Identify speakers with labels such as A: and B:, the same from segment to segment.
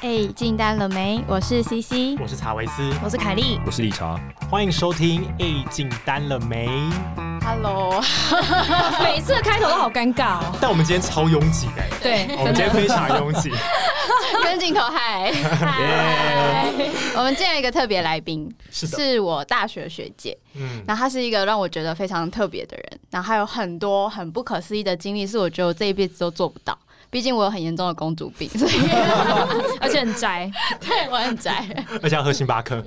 A: 嘿，进单了没？我是 CC，
B: 我是查维斯，
C: 我是凯莉，
D: 我是理查。
B: 欢迎收听《A 进单了没》。
A: Hello，
C: 每次的开头都好尴尬哦。
B: 但我们今天超拥挤的，欸哦
C: 对，
B: 我们今天非常拥挤。
A: 跟镜头嗨，我们见了一个特别来宾，
B: 是的，
A: 是我大学学姐，
B: 嗯，
A: 然后她是一个让我觉得非常特别的人，然后还有很多很不可思议的经历，是我觉得我这一辈子都做不到。毕竟我有很严重的公主病，所以
C: 而且很宅。
A: 对我很宅。
B: 而且要喝星巴克。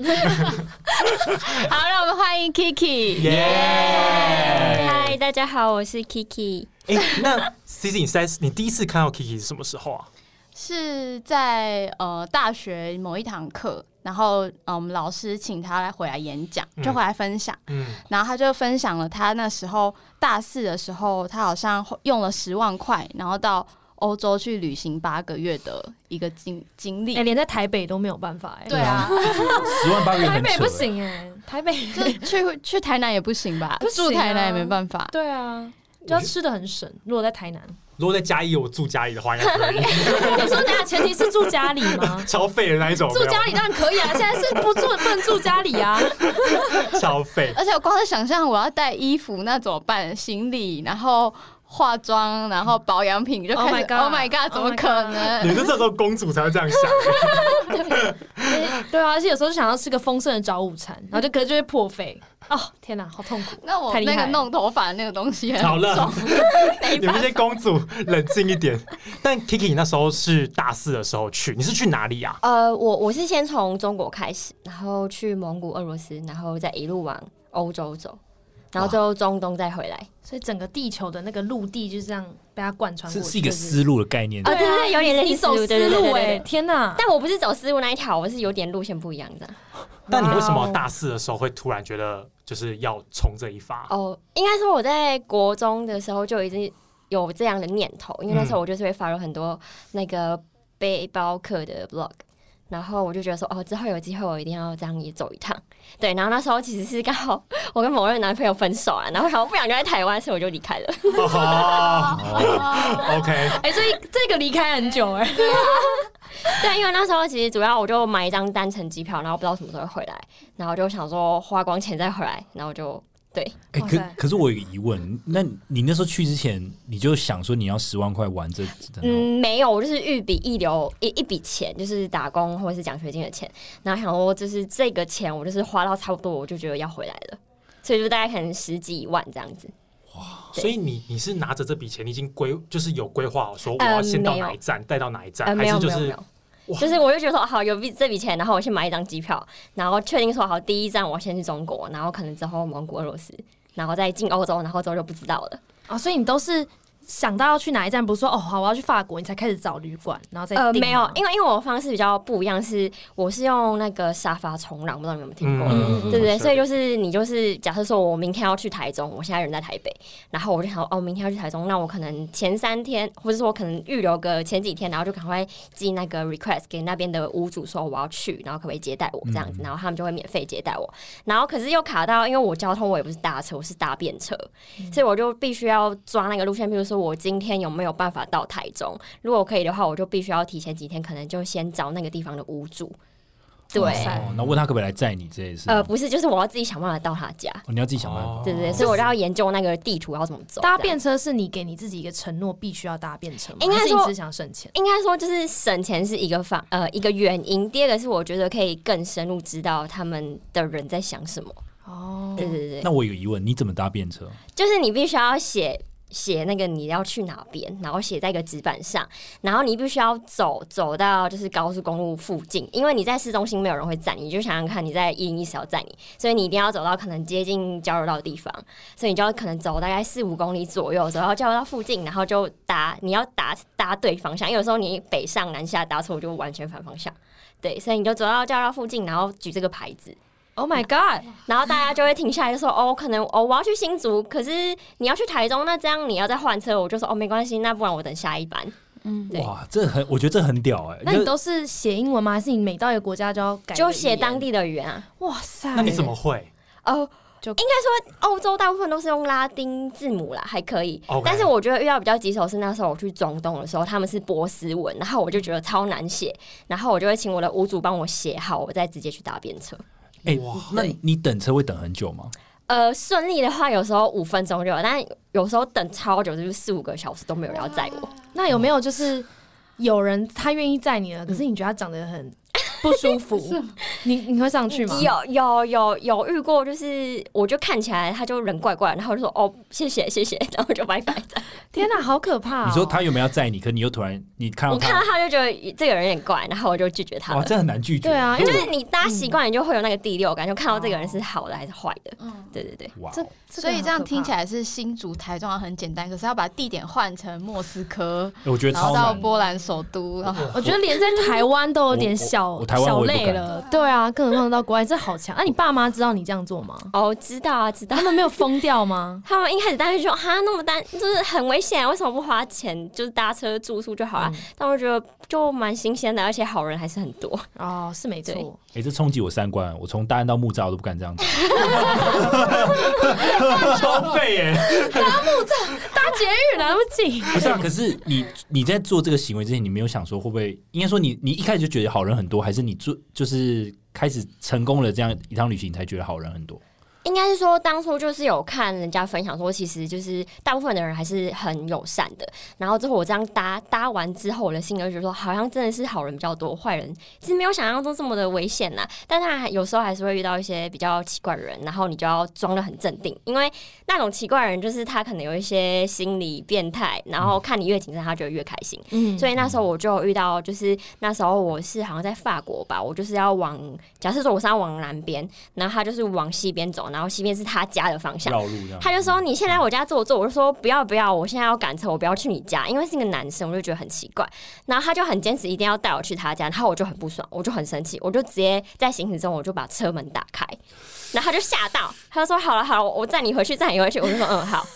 A: 好，让我们欢迎 Kiki。
B: 耶！
E: 嗨，大家好，我是 Kiki。
B: 哎，那 C C，你在你第一次看到 Kiki 是什么时候啊？
A: 是在呃大学某一堂课，然后呃我们老师请他来回来演讲，就回来分享，
B: 嗯，
A: 然后他就分享了他那时候大四的时候，他好像用了十万块，然后到欧洲去旅行八个月的一个经经历。
C: 哎、连在台北都没有办法哎、
A: 对啊，
D: 十万八个月
C: 台
D: 很
C: 北
D: 扯欸
C: 不，行哎、台 北
A: 就去去台南也不行吧，
C: 不行啊。
A: 住台南也没办法
C: 对啊，就要吃的很省。如果在台 南，
B: 如果在嘉义，我住嘉义的话，应该可以，
C: 你说等下前提是住家里吗？
B: 超费的那一种，
C: 住家里当然可以啊，现在是不住不能住家里 啊。
B: 里超费。
A: 而且我光是想象我要带衣服，那怎么办？行李，然后化妆，然后保养品，就
C: Oh
A: 开
C: my
A: 始
C: god，
A: Oh my God，怎么
C: Oh my
A: 可
C: god
A: 能？
B: 你是这时候公主才会这样想，
C: 对啊，而且有时候就想要吃个丰盛的早午餐，然后就可能就会破费。哦，天哪，好痛苦。
A: 那我
C: 太厉
A: 那个
C: 害了
A: 弄头发的那个东西很
B: 好
A: 重，
B: 了，
A: 没
B: 你们
A: 办法
B: 这些公主冷静一点。但 Kiki 你那时候是大四的时候去，你是去哪里啊？
E: 呃，我我是先从中国开始，然后去蒙古、俄罗斯，然后再一路往欧洲走，然后最后中东再回来。
C: 所以整个地球的那个陆地就是这样被它贯穿过
D: 是
C: 去，
D: 是一个思路的概念。
E: 啊，对
C: 啊
E: 对对，有点类
C: 你
E: 似
C: 走
E: 对
C: 思
E: 对对
C: 路
E: 对对
C: 哎，
E: 对
C: 天哪！
E: 但我不是走思路那一条，我是有点路线不一样的。
B: 但你为什么大四的时候会突然觉得就是要冲这一发？
E: 哦，应该说我在国中的时候就已经有这样的念头，因为那时候我就是会发了很多那个背包客的 blog。然后我就觉得说，哦，之后有机会我一定要这样也走一趟，对。然后那时候其实是刚好我跟某任男朋友分手啊，然后然后不想留在台湾，所以我就离开了。
B: 哦
D: 哦
B: OK，
C: 哎、所以这个离开很久哎、
E: 对，因为那时候其实主要我就买一张单程机票，然后不知道什么时候会回来，然后就想说花光钱再回来，然后就
D: 哎、
C: 哇
D: 可
C: 塞
D: 可是我有一个疑问，那你那时候去之前，你就想说你要十万块玩这？嗯，
E: 嗯，没有，我就是预笔一留一一笔钱，就是打工或者是奖学金的钱，然后想说就是这个钱我就是花到差不多，我就觉得要回来了，所以就大概可能十几万这样子。对
B: 所以你你是拿着这笔钱，你已经规就是有规划好说我要先到哪一站，带到哪一
E: 呃，
B: 站，还
E: 没有
B: 是嗯就
E: 没有没
B: 是
E: 有
B: 哇，
E: 就是我就觉得说好有笔这笔钱，然后我先买一张机票，然后确定说好第一站我先去中国，然后可能之后蒙古、俄罗斯，然后再进欧洲，然后之后就不知道了。
C: 啊，所以你都是想到要去哪一站，不是说哦好我要去法国，你才开始找旅馆，然后再
E: 呃，
C: 订
E: 没有
C: 吗，
E: 因为因为我的方式比较不一样，是我是用那个沙发冲浪，不知道你们有没有听过？
C: 嗯
E: 对不对？所以就是是你就是假设说我明天要去台中，我现在人在台北，然后我就想哦，明天要去台中，那我可能前三天，或者说我可能预留个前几天，然后就赶快寄那个 request 给那边的屋主说我要去，然后可不可以接待我这样子，然后他们就会免费接待我。然后可是又卡到，因为我交通我也不是搭车，我是搭便车，所以我就必须要抓那个路线。比如说我今天有没有办法到台中？如果可以的话，我就必须要提前几天，可能就先找那个地方的屋主。对，
D: 哦，那问他可不可以来载你这也是。
E: 呃，不是，就是我要自己想办法到他家。
D: 哦你要自己想办法。
E: 对对对，所以我就要研究那个地图要怎么走。
C: 搭
E: 这样
C: 便车是你给你自己一个承诺，必须要搭便车吗？
E: 应该
C: 还是你
E: 说
C: 只是想省钱？
E: 应该说就是省钱是一个方呃一个原因，第二个是我觉得可以更深入知道他们的人在想什么。
C: 哦，
E: 对对对，
D: 那我有个疑问，你怎么搭便车？
E: 就是你必须要写。写那个你要去哪边，然后写在一个纸板上，然后你必须要走走到就是高速公路附近，因为你在市中心没有人会载你，你就想想看你在一零一要载你，所以你一定要走到可能接近交流道的地方，所以你就要可能走大概四五公里左右，走到交流道附近，然后就搭你要搭搭对方向，因为有时候你北上南下搭错就完全反方向，对，所以你就走到交流道附近，然后举这个牌子，
C: Oh my god！
E: 然后大家就会停下来，就说：“哦，可能哦，我要去新竹，可是你要去台中，那这样你要再换车。”我就说：“哦，没关系，那不然我等下一班。对
D: 哇，这很，我觉得这很屌哎、
C: 那你
D: 就
C: 都是写英文吗？还是你每到一个国家就要改？”
E: 就写当。地的语言啊。
C: 哇塞！
B: 那你怎么会？
E: 哦，
C: 就
E: 欧洲大部分都是用拉丁字母啦，还可以。
B: OK
E: 但是我觉得遇到比较棘手是那时候我去中东的时候，他们是波斯文，然后我就觉得超难写，然后我就会请我的屋主帮我写好，我再直接去搭便车。
D: 哎、
B: 哇
D: 那你等车会等很久吗？
E: 呃，顺利的话有时候五分钟就有，但有时候等超久，就是四五个小时都没有人要载我。
C: 那有没有就是有人他愿意载你了，可是
E: 嗯
C: 你觉得他长得很不舒 服，你你会上去吗？
E: 有有有有遇过，就是我就看起来他就人怪怪，然后我就说哦谢谢谢谢，然后就拜拜。
C: 天哪，好可怕哦、
D: 你说他有没有要载你？可你又突然你看到
E: 我看到
D: 他，
E: 他就觉得这个人有点怪，然后我就拒绝他
D: 哇，
E: 了。
D: 这嗯很难拒绝。
C: 对啊因
E: 就
C: 为
E: 是你搭习惯，你就会有那个第六感，就看到这个
D: 哦
E: 人是好的还是坏的。
A: 嗯，
E: 对对对，
D: 哇，哎
C: 这
A: 所以这样听起
C: 来，
A: 来是新竹、台中好啊像很简单，可是要把地点换成莫斯科，
D: 我觉得
A: 然后
D: 超
A: 到
D: 难。
A: 波兰首都，然后
C: 我觉得连在台湾都有点
D: 我我
C: 小
D: 我台湾
C: 小
D: 我也不
C: 累
D: 敢
C: 了，对啊，更何况到国外，这好强。啊那、你爸妈知道你这样做吗？
E: 哦，知道啊，知道
C: 他。们没有疯掉吗？
E: 他们一开始当然就说哈，那么单就是很危险，啊为什么不花钱就是搭车住宿就好
D: 嗯
E: 啊？但我觉得就蛮新鲜的，而且好人还是很多。
C: 哦，是没
E: 对
C: 错，
D: 哎、这冲击我三观，我从大安到木栅我都不敢这样子。
B: 超费耶！
C: 搭捷运来不及。
D: 不是啊，可是你你在做这个行为之前，你没有想说会不会？应该说你你一开始就觉得好人很多，还是你做就是开始成功了这样一趟旅行才觉得好人很多？
E: 应该是说当初就是有看人家分享说，其实就是大部分的人还是很友善的。然后之后我这样搭搭完之后，我的心里就觉得说，好像真的是好人比较多，坏人其实没有想象中这么的危险啦。但当然有时候还是会遇到一些比较奇怪的人，然后你就要装的很镇定，因为那种奇怪的人就是他可能有一些心理变态，然后看你越紧张，他就会越开心。
C: 嗯，
E: 所以那时候我就有遇到，就是那时候我是好像在法国吧，我就是要往，假设说我是要往南边，然后他就是往西边走，然后西边是他家的方向。
D: 绕路这样。
E: 他就
C: 嗯
E: 说：“你现在来我家坐坐。”我就说：“不要不要，我现在要赶车，我不要去你家，因为是个男生，我就觉得很奇怪。”然后他就很坚持一定要带我去他家，然后我就很不爽，我就很生气，我就直接在行驶中我就把车门打开，然后他就吓到，他就说：“好了好了，我我载你回去，载你回去。”我就说：“嗯，好。”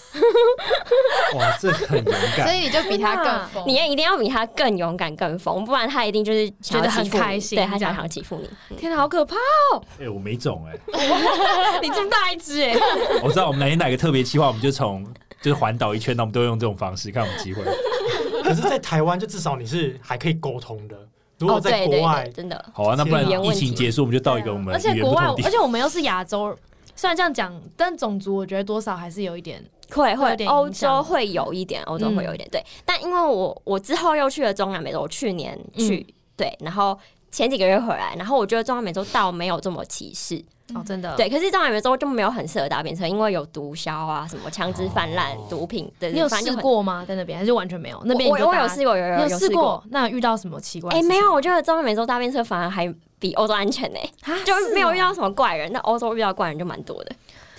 D: 哇，这很勇
A: 所
D: 敢。
A: 以你就比他更疯。
E: 你也一定要比他更勇敢、更疯，不然他一定就是想
C: 觉
E: 要
C: 得很
E: 欺负你
C: 开心
E: 对他想
C: 这
E: 要
C: 样
E: 欺负你。
C: 天哪，好可 怕！
D: 哎、我没种哎、
C: 你这么大一只哎、
D: 我知道我们哪天哪个特别计划，我们就从就是环岛一圈，那我们都会用这种方式看我们机会。
B: 可是，在台湾就至少你是还可以沟通 的。如果在
E: 哦对
B: 国
E: 对
B: 外
E: 对，，真的，
D: 好啊，那不然
E: 语言
D: 疫
E: 问题
D: 情结束，我们就到一个我
E: 啊
D: 们
C: 而且
D: 语言
C: 国
D: 不
C: 外，
D: 同的地
C: 而
D: 方。
C: 且我们又是亚洲，虽然这样讲，但种族我觉得多少还是有一点。会
E: 会会
C: 有点
E: 欧
C: 影
E: 洲
C: 响
E: 会有一点，欧洲会有一点、对。但因为我我之后又去了中南美洲，我去年
C: 嗯
E: 去、对，然后前几个月回来，然后我觉得中南美洲倒没有这么歧视，
C: 哦，真
B: 嗯
C: 的。
E: 对。可是中南美洲就没有很适合搭便车，因为有毒枭啊，什么枪支泛滥、
B: 哦
E: 毒品对，
C: 你有
E: 反正
C: 试
E: 就很？
C: 过吗？在那边还是完全没有？那边
E: 我
C: 你就
E: 我我
C: 搭
E: 有试，过，有有
C: 你
E: 有
C: 试
E: 过。
C: 过？那有遇到什么奇怪？
E: 哎、没有，，我觉得中南美洲搭便车反而还比欧洲安全呢、
C: 啊
E: 就是没有
C: 哦
E: 遇到什么怪人。那欧洲遇到怪人就蛮多的。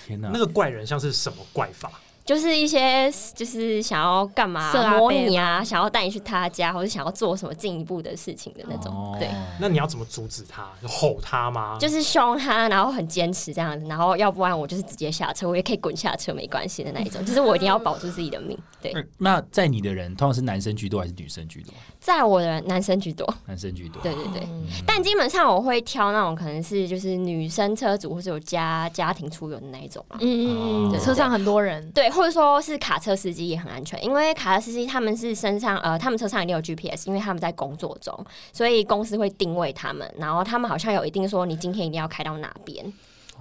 D: 天哪、
B: 那个怪人像是什么怪法？
E: 就是一些就是想要干嘛
C: 色阿
E: 模
C: 贝
E: 拟啊，想要带你去他家，或者想要做什么进一步的事情的那种，
D: 哦
E: 对，
B: 那你要怎么阻止他？吼他吗？
E: 就是凶他，然后很坚持这样子，然后要不然我就是直接下车，我也可以滚下车，没关系的那一 种，就是我一定要保住自己的命。对，
D: 那在你的人通常是男生居多还是女生居多？
E: 在我的男生居多，
D: 男生居多。
E: 对对对。
C: 嗯
E: 但基本上我会挑那种可能是就是女生车主或者有家家庭出游的那一种啊，
C: 嗯嗯
D: 哦
C: 嗯，车上很多人，
E: 对，或者说是卡车司机也很安全，因为卡车司机他们是身上呃，他们车上一定有 GPS，因为他们在工作中，所以公司会定位他们，然后他们好像有一定说你今天一定要开到哪边，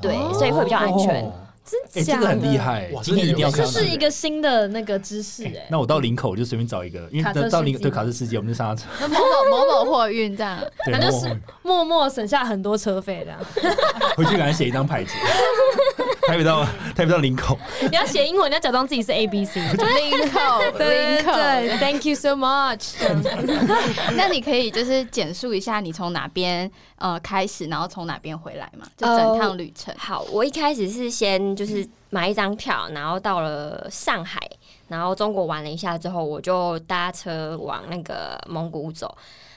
E: 对，
D: 哦
E: 所以会比较安全。啊
D: 哦哎、
C: 真
D: 这
C: 假
D: 个很厉
C: 的？
D: 害
B: 哇，
D: 今天一定要
B: 真
D: 看
B: 的
D: 到
B: 有这
D: 那个
B: 是一
C: 个新的那个知识哎
D: 那我到林口就随便找一个，因
C: 卡车
D: 为到林
C: 司机
D: 对
C: 吗
D: 卡车司机，我们就 上他车。
A: 那某某某某货运这样，
D: 对，
C: 那
D: 然
C: 就
D: 后
C: 是默默省下很多车费 的。
D: 回去赶快写一张牌子。台北到台北到林口，
C: 你要写英文，你要假装自己是 A B C。
A: 林口，
C: 对对
A: 林口。
C: 对，Thank you so much 这样子。
A: 那你可以就是简述一下你从哪边呃开始，然后从哪边回来嘛？就
E: 呃
A: 整趟旅程。
E: 好，我一开始是先就是买一张票，然后到了上海，然后中国玩了一下之后，我就搭车往那个蒙古走。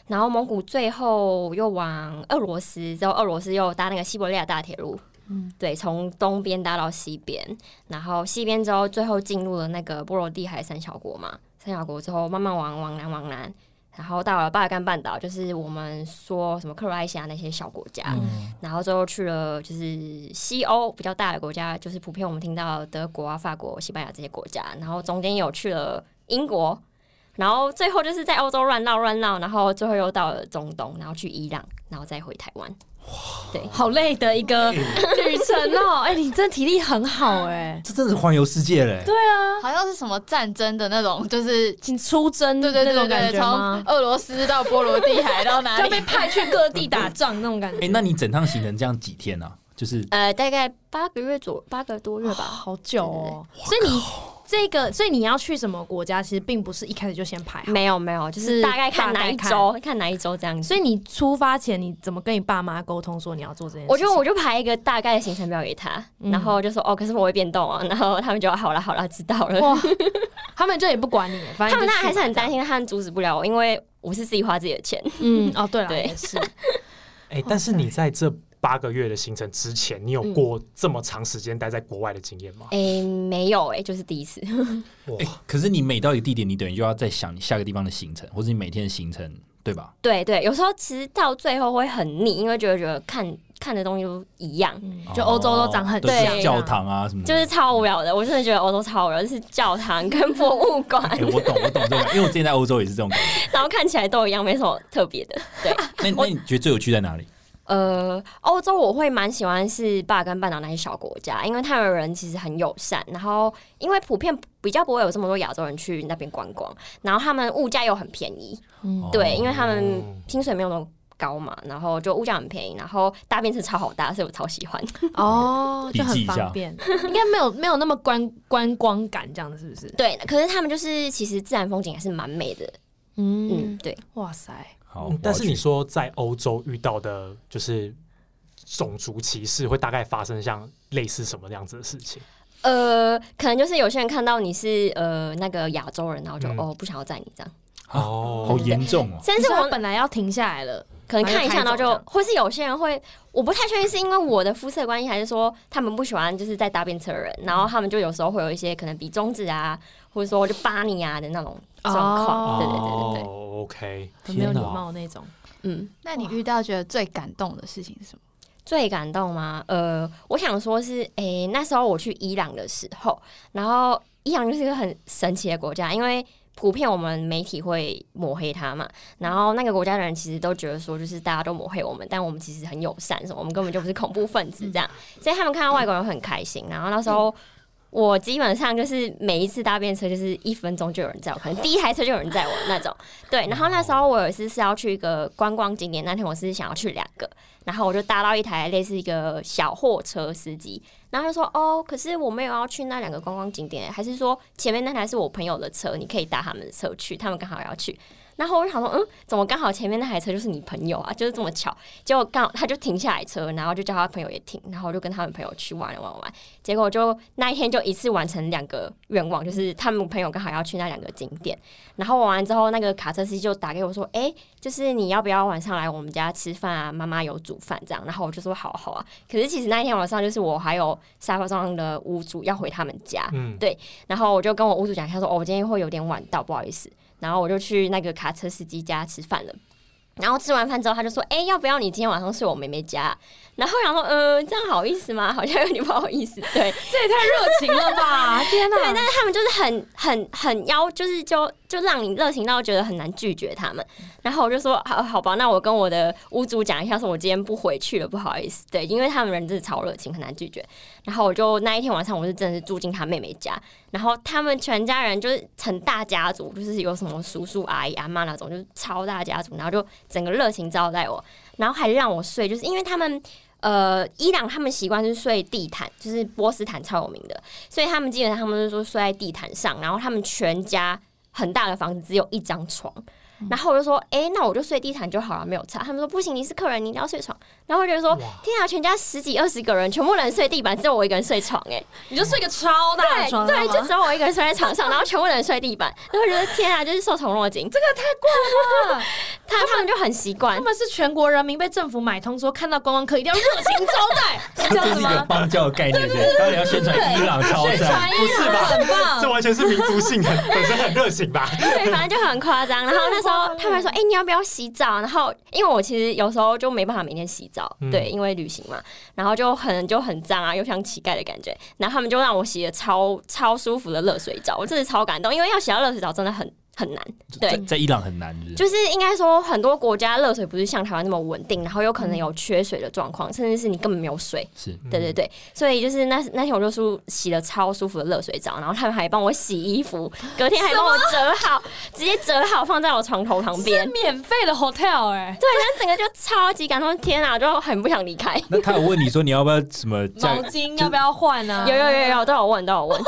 E: 然后蒙古最后又往俄罗斯，之后俄罗斯又搭那个西伯利亚大铁路，嗯，对，从东边搭到西边，然后西边之后最后进入了那个波罗的海三小国嘛，三小国之后慢慢往往南往南，然后到了巴尔干半岛，就是我们说什么克罗埃西亚那些小国家，
D: 嗯
E: 然后最后去了就是西欧比较大的国家，就是普遍我们听到德国啊、法国、西班牙这些国家，然后中间有去了英国，然后最后就是在欧洲乱闹乱闹，然后最后又到了中东，然后去伊朗，然后再回台湾。对，
C: 好累的一个旅程 哦。哎，你真的体力很好哎，
D: 这真的是环游世界嘞、对，
C: 呃
A: 好像是什么战争的那种，就是
C: 请出征
A: 对对
C: 嗯那
A: 对
C: 种
A: 对
C: 感
A: 对，
C: 觉
A: 从
C: 吗？
A: 俄罗斯到波罗的海到 哪
C: 要
A: 里
C: 被？派去各地打仗那种感
D: 哎、
C: 觉，
D: 那你整趟行程这样几天啊？就是
E: 呃，大概八个月左八个多月 吧。
C: 好久哦。所以你这个，所以你要去什么国家，其实并不是一开始就先排好。
E: 没有没有，就是是大概看
C: 大概
E: 哪一
C: 看
E: 周，看哪一周这样子。
C: 所以你出发前，你怎么跟你爸妈沟通说你要做这件事情？
E: 我就我就排一个大概的行程表给他，
C: 嗯
E: 然后就说哦，可是我会变动啊，然后他们就好了好了，知道 了。
C: 哇，他们就也不管你，反
E: 他
C: 正
E: 们
C: 你就
E: 当
C: 去
E: 然还是
C: 吧
E: 很担。心，他们阻止不了我，因为我是自己花自己的钱。
C: 嗯，哦，对了，
E: 对
C: 也 是，
B: 哎、但是你在这八个月的行程之前，你有过这么长时间待在国外的经验吗？
E: 嗯哎、没有哎、就是第一次。
B: 哇
D: 哎、可是你每到一个地点，你等于就要再想你下个地方的行程，或者你每天的行程，对吧？
E: 对对，有时候其实到最后会很腻，因为觉得觉得看看的东西都一样，
C: 就欧洲都长很
D: 对
E: 像
D: 哦教。堂啊什么的，
E: 就是超无聊的。我真的觉得欧洲超无聊，就是教堂跟博物馆，
D: 哎、我懂，我懂这种，因为我之前在欧洲也是这种感觉。
E: 然后看起来都一样，没什么特别的。
D: 那那你觉得最有趣在哪里？
E: 呃，欧洲我会蛮喜欢是巴尔干半岛那些小国家，因为他们人其实很友善，然后因为普遍比较不会有这么多亚洲人去那边观光，然后他们物价又很便宜，
D: 哦
C: 嗯，
E: 对，因为他们薪水没有那么高嘛，然后就物价很便宜，然后大便是超好搭，所以我超 喜欢。
C: 哦，
D: 笔
C: 就
D: 记
C: 很
D: 一下
C: 方便，应该没有没有那么观观光感，这样子是不是？
E: 对，可是他们就是其实自然风景还是蛮美的，嗯，
C: 嗯，
E: 对，
C: 哇塞，
D: 好
B: 嗯，但是
D: 我要
B: 你
D: 去
B: 说在欧洲遇到的，就是种族歧视会大概发生像类似什么样子的事情？
E: 呃，可能就是有些人看到你是呃那个亚洲人，然后就、
B: 嗯
E: 哦不想要载你这样，
D: 啊
B: 哦
D: 好严重 哦，
E: 但
C: 但
E: 是
C: 是
E: 我
C: 我本来要停下来了，
E: 可能看一下，
C: 然
E: 然后
C: 后就开走这样
E: 就或是有些人会，我不太确定是因为我的肤色关系，还是说他们不喜欢就是在搭便车的人，然后他们就有时候会有一些可能比中指啊，或者说就扒你啊的那种状
C: 哦
E: 况，对对对对对，
B: 哦，OK，
C: 很没有
D: 天
C: 礼
D: 哪
C: 貌那种。
E: 嗯。
A: 那你遇到觉得最感动的事情是什么？
E: 最感动吗？呃，我想说是，诶、那时候我去伊朗的时候，然后伊朗就是一个很神奇的国家，因为普遍我们媒体会抹黑它嘛，然后那个国家的人其实都觉得说，就是大家都抹黑我们，但我们其实很友善，什么我们根本就不是恐怖分子这样，所以他们看到外国人会很开心。然后那时候。我基本上就是每一次搭便车，就是一分钟就有人载我，可能第一台车就有人载我那种。对，然后那时候我有一次是要去一个观光景点，那天我是想要去两个，然后我就搭到一台类似一个小货车司机，然后他就说：“哦，可是我没有要去那两个观光景点，还是说前面那台是我朋友的车，你可以搭他们的车去，他们刚好要去。”然后我就想说，嗯，怎么刚好前面那台车就是你朋友啊？就是这么巧。结果刚好他就停下来车，然后就叫他朋友也停，然后我就跟他们朋友去玩玩玩玩。结果就那一天就一次完成两个愿望，就是他们朋友刚好要去那两个景点。然后玩完之后，那个卡车司机就打给我说：“哎、就是你要不要晚上来我们家吃饭啊？妈妈有煮饭这样。”然后我就说：“好啊好啊。”可是其实那一天晚上，就是我还有沙发上的屋主要回他们家，
B: 嗯，
E: 然后我就跟我屋主讲一下说：“哦，我今天会有点晚到，不好意思。”然后我就去那个卡车司机家吃饭了。然后吃完饭之后，他就说：“哎、要不要你今天晚上睡我妹妹家？”然后我想说：“嗯、这样好意思吗？好像有点不好意思。”对，
C: 这也太热情了 吧！天
E: 对，
C: 哪，
E: 但是他们就是很很很邀，就是就就让你热情到觉得很难拒绝他们。然后我就说，好好吧，那我跟我的屋主讲一下，说我今天不回去了，不好意思。对，因为他们人真的超热情，很难拒绝。然后我就那一天晚上，我是真的是住进他妹妹家，然后他们全家人就是很大家族，就是有什么叔叔阿姨阿妈那种，就是超大家族，然后就整个热情招待我，然后还让我睡，就是因为他们。呃，伊朗他们习惯是睡地毯，就是波斯毯超有名的，所以他们基本上他们就是说睡在地毯上，然后他们全家很大的房子只有一张床。然后我就说，哎、那我就睡地毯就好了，没有差。他们说不行，你是客人，你一定要睡床。然后我就说，
B: 哇，
E: 天啊，全家十几二十个人，全部人睡地板，只有我一个人睡床、哎，
C: 你就睡个超大的
E: 对
C: 床，
E: 对，就只有我一个人睡在床上，然后全部人睡地板，然后我觉得天啊，就是受宠若惊，这个太他他们就很习 惯
C: 他，们是全国人民被政府买通，说看到观光客一定要热情招待，
D: 这是一个邦教的概 念，对，当然要宣传伊朗超赞，
B: 不是吧？
E: 很棒
B: 这完全是民族性很 本身很热情吧？
E: 对，反正就很夸张。然后那时候他们还说：“哎、你要不要洗澡？”然后因为我其实有时候就没办法每天洗澡，
B: 嗯
E: 对，因为旅行嘛，然后就很就很脏啊，又像乞丐的感觉。然后他们就让我洗了超超舒服的热水澡，我真的超感动，因为要洗到热水澡真的很很难。对
D: 在，在伊朗很难，是不是
E: 就是应该说，很多国家热水不是像台湾那么稳定，然后有可能有缺水的状况，甚至是你根本没有水。
D: 是
E: 对对对，所以就是那那天我就舒洗了超舒服的热水澡，然后他们还帮我洗衣 服，隔天还帮我折好，直接折好放在我床头 旁
C: 是
E: 边。
C: 免费的 hotel 哎、
E: 对，然后整个就超级感动，天啊，就很不想离 开。
D: 那他有问你说你要不要什么嫁
C: 毛？巾要不要换啊？
E: 有有有有，都有问都有问，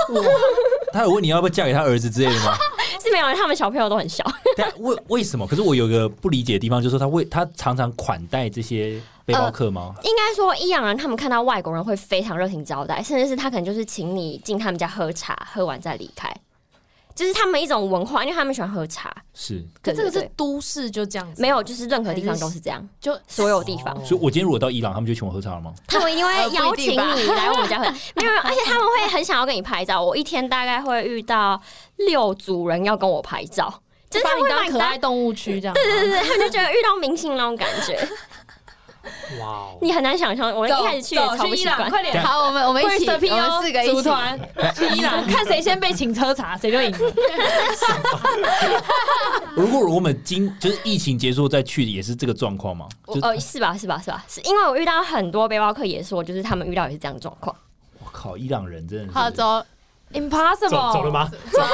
D: 他有问你要不要嫁给他儿子之类的吗？
E: 是没有，他们小朋友都很小。
D: 但为为什么？可是我有个不理解的地方，就是说他为他常常款待这些背包客吗？
E: 应该说，伊朗人他们看到外国人会非常热情招待，甚至是他可能就是请你进他们家喝茶，喝完再离开，就是他们一种文化，因为他们喜欢喝茶。
D: 是，
C: 可这个
E: 对
C: 是
E: 对
C: 都市就这样子，
E: 对没有，就是任何地方都是这样，
C: 就
E: 所有地方。
B: 哦
D: 所以我今天如果到伊朗，他们就请我喝茶了吗？
E: 他们一定会
A: 呃
E: 邀
A: 不一
E: 请
A: 定
E: 你
A: 吧
E: 来我们 家喝，没有，没有而且他们会很想要跟你拍照。我一天大概会遇到六组人要跟我拍照，就是
C: 把
E: 他
C: 你
E: 们会把
C: 当
E: 你
C: 可
E: 当
C: 爱，动物区这样。
E: 对对对，他们就觉得遇到明星那种感觉，
B: 哇哦，
E: 你很难想象。我一开始去也
C: 走
E: 超
C: 去
E: 不
C: 伊
E: 习
C: 朗，
E: 惯，
C: 快 点。
A: 好，我们我们一起，我
C: 色拼
A: 们
C: 哦，
A: 四个一
C: 组
A: 起。
C: 团去伊 朗，看谁先被请车查，谁就赢。
D: 如果我们今就是疫情结束再去，也是这个状况吗？
E: 我
D: 就
E: 呃，是吧？是吧？是吧？是因为我遇到很多背包客也说，就是他们遇到也是这样的状况。
D: 我靠，伊朗人真的是。
A: 好，走，
C: Impossible，
B: 走走了？吗？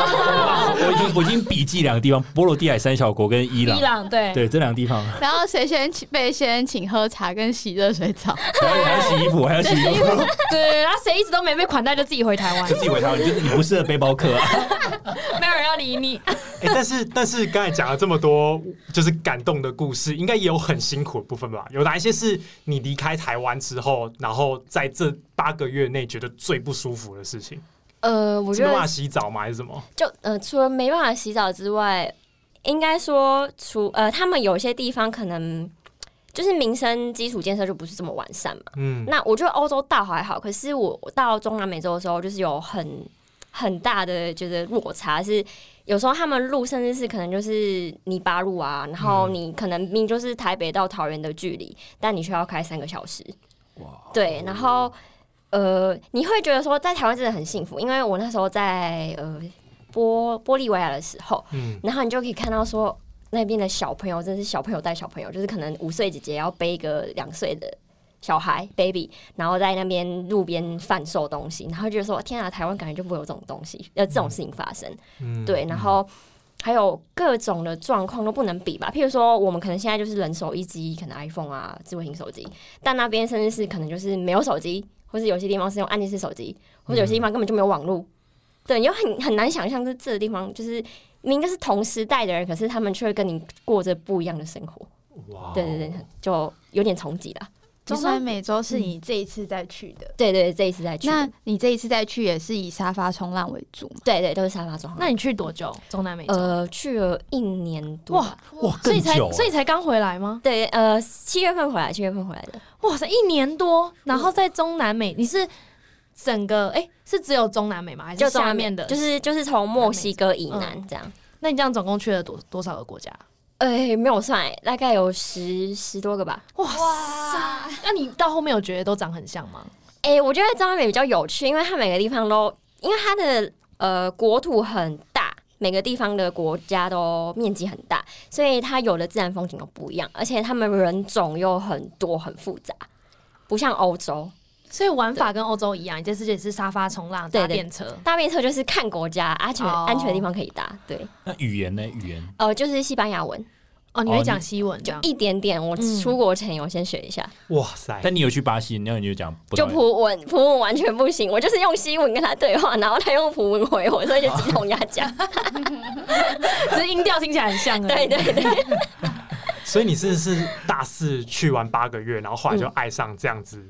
D: 我已经我已经笔记两个地方：波罗的海三小国跟伊朗
C: 伊。朗对，
D: 对，这两个地方，
A: 然后谁先请被先请喝茶跟洗热水澡？
D: 然后还要洗衣服，还要洗衣服，
C: 对，然后谁一直都没被款待，就自己回台 湾
D: 就，自以为他们就是你不适合背包客啊。
C: 没有人要理 你。
B: 哎、但是但是刚才讲了这么多，就是感动的故事，应该也有很辛苦的部分吧？有哪一些是你离开台湾之后，然后在这八个月内觉得最不舒服的事情？
E: 呃，我
B: 是
E: 觉
B: 没办法
E: 得
B: 洗澡吗？还是什么？
E: 就呃，除了没办法洗澡之外，应该说除呃，他们有些地方可能就是民生基础建设就不是这么完善嘛。
B: 嗯，
E: 那我觉得欧洲倒还好，可是我到中南美洲的时候，就是有很很大的觉得落差是。有时候他们路甚至是可能就是泥巴路啊，然后
B: 嗯
E: 你可能明明就是台北到桃园的距离，但你却要开三个小时。
D: 哇，
E: 对，然后呃，你会觉得说在台湾真的很幸福，因为我那时候在呃玻玻利维亚的时候，
B: 嗯，
E: 然后你就可以看到说那边的小朋友，真的是小朋友带小朋友，就是可能五岁姐姐要背一个两岁的小孩 baby，然后在那边路边贩售东西，然后就说天啊，台湾感觉就不会有这种东西，呃，这种事情发生。
B: 嗯
E: 对，然后还有各种的状况都不能比吧。譬如说，我们可能现在就是人手一机，可能 iPhone 啊、智慧型手机，但那边甚至是可能就是没有手机，或是有些地方是用按键式手机，或者有些地方根本就没有网络。对，你就很很难想象，就是这个地方就是明明就是同时代的人，可是他们却跟你过着不一样的生活。
B: 哇哦
E: 对对对，就有点冲击啦。
A: 中南美洲是你这一次再去的，
E: 对对，这一次再去，
A: 那你这一次再去也是以沙发冲浪为主吗？
E: 对对都是沙发床。
C: 那你去多久？中南美洲？
E: 呃，去了一年多
C: 哇
E: 吧。
D: 哇，
C: 所以
D: 更
C: 才
D: 久啊，
C: 所以才刚回来吗？
E: 对，呃，七月份回来，七月份回来的。
C: 哇塞，一年多，然后在中南美，你是整个哎、是只有中南美吗？还是
E: 就中
C: 下
E: 南美
C: 面的？嗯
E: 就是就是从墨西哥以南这样。
C: 那你这样总共去了多多少个国家？
E: 哎、没有算、欸，大概有十十多个吧。
C: 哇塞！那你到后面有觉得都长很像吗？
E: 哎、我觉得中南美比较有趣，因为它每个地方都，因为它的呃国土很大，每个地方的国家都面积很大，所以它有的自然风景都不一样，而且他们人种又很多很复杂，不像欧洲
C: 所以玩法跟欧洲一样，你这次也是沙发冲浪、
E: 对
C: 搭
E: 对
C: 便车。
E: 搭便车就是看国家安全、
C: 哦
E: 安全的地方可以搭，对，
D: 那语言呢？语言
E: 呃，就是西班牙文，
C: 哦，你会
D: 哦
C: 讲
D: 你
C: 西文这
E: 就
C: 样？
E: 一点点。我
C: 嗯
E: 出国前有先学一下，
B: 哇塞，
D: 但你有去巴西，那你就讲葡萄
E: 就
D: 牙
E: 葡文，葡文完全不行，我就是用西文跟他对话，然后他用葡文回我，所以就鸡同鸭讲。
C: 只是音调听起来很像而
E: 对
C: 已。
E: 对对，
B: 所以你是是大四去完八个月，然后后来就爱上这样子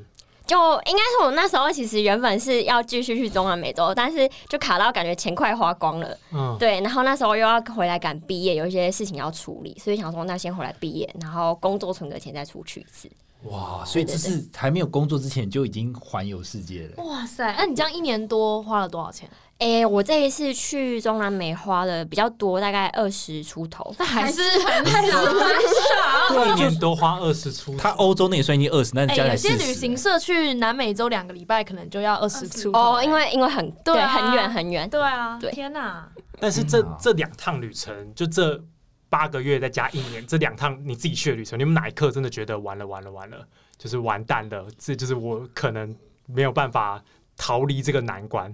E: 就应该是我那时候其实原本是要继续去中南美洲，但是就卡到感觉钱快花光了，
B: 嗯，
E: 对，然后那时候又要回来赶毕业，有一些事情要处理，所以想说那先回来毕业，然后工作存个钱再出去一次。
D: 哇，所以这
E: 对对
D: 是还没有工作之前就已经环游世界了。
C: 哇塞，那你这样一年多花了多少钱？
E: 诶、我这一次去中南美花了比较多，大概二十出头。
C: 那还是
A: 还是
B: 一年多花二十出头，
D: 他欧洲那也算已经二十，那
C: 哎、
D: 加起
C: 有
D: 来
C: 些
D: 四
C: 旅行
D: 十。
C: 社去南美洲两个礼拜，可能就要二十出头欸
E: 哦，因为因为很对
C: 对啊
E: 很远很远。
C: 对啊，
E: 对
C: 天哪，
B: 但是这
D: 天哪
B: 这两趟旅程，就这八个月再加一年，这两趟你自己去的旅程，你们哪一刻真的觉得完了完了完了，就是完蛋了，这就是我可能没有办法逃离这个难关。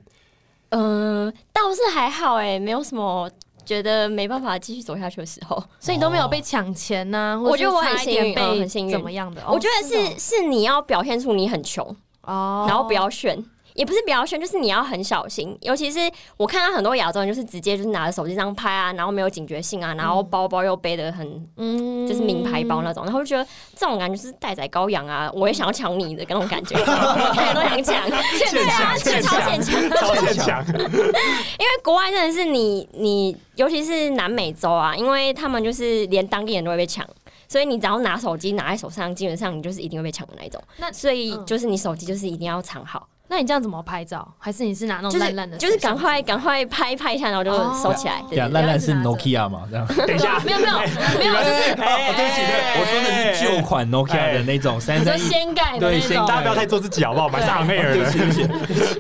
E: 嗯、倒是还好诶、没有什么觉得没办法继续走下去的时候。
C: 所以你都没有被抢钱呐、
E: 我
C: 或者
E: 觉得哦我
C: 是
E: 很
C: 差一点
E: 幸运嗯很幸
C: 被
E: 运
C: 怎么样的？
E: 我觉得
C: 哦
E: 是是你要表现出你很穷，
C: 哦，
E: 然后不要炫。也不是不要炫，就是你要很小心。尤其是我看到很多亚洲人，就是直接就是拿着手机这样拍啊，然后没有警觉性啊，然后包包又背的很
C: 嗯
E: 就是名牌包那种，然后就觉得这种感觉就是待宰羔羊啊，我也想要抢你的那种感觉， 看人都想抢，啊
B: 欠强，欠
E: 超
B: 强
E: 欠，抢。
B: 超欠强，
E: 因为国外真的是你你，尤其是南美洲啊，因为他们就是连当地人都会被抢。所以你只要拿手机拿在手上，基本上你就是一定会被抢的那一种。
C: 那
E: 所以
C: 嗯
E: 就是你手机就是一定要藏好，
C: 那你这样怎么拍照？还是你是拿那
E: 就
C: 种哦烂烂
E: 是
C: 的手
E: 就
C: 机？
E: 是赶快赶快拍拍一下，然后就收起来
C: 哦。
E: 对
D: 对啊，
E: 对
D: 烂烂
C: 不
D: 是
C: 要一直拿着
D: Nokia 嘛，这样。哦
B: 等一下，
C: 没有没有 没有，就是
B: 哎，对不起，对，
D: 我说的是旧款 Nokia 的那种三
C: 你说
D: 三一，
C: 掀
E: 哎
C: 盖的
D: 对
C: 那
D: 掀
C: 种，
B: 大家不要太做自己好不好？蛮上妹儿的，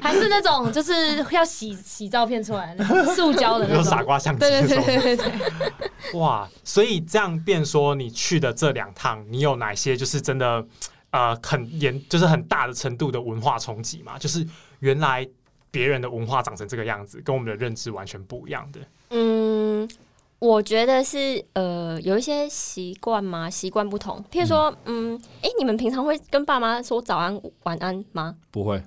C: 还是那种就是要洗洗照片出来的塑胶的那
B: 用傻
C: 种。
B: 瓜相机这
C: 对对
B: 种。
C: 对对对对，
B: 哇，所以这样变说，你去的这两趟，你有哪些就是真的呃很严，就是很大的程度的文化冲击嘛？就是原来别人的文化长成这个样子，跟我们的认知完全不一样的。
E: 嗯，我觉得是呃，有一些习惯嘛，习惯不同。譬如说，嗯，诶，你们平常会跟爸妈说早安、晚安吗？
D: 不会，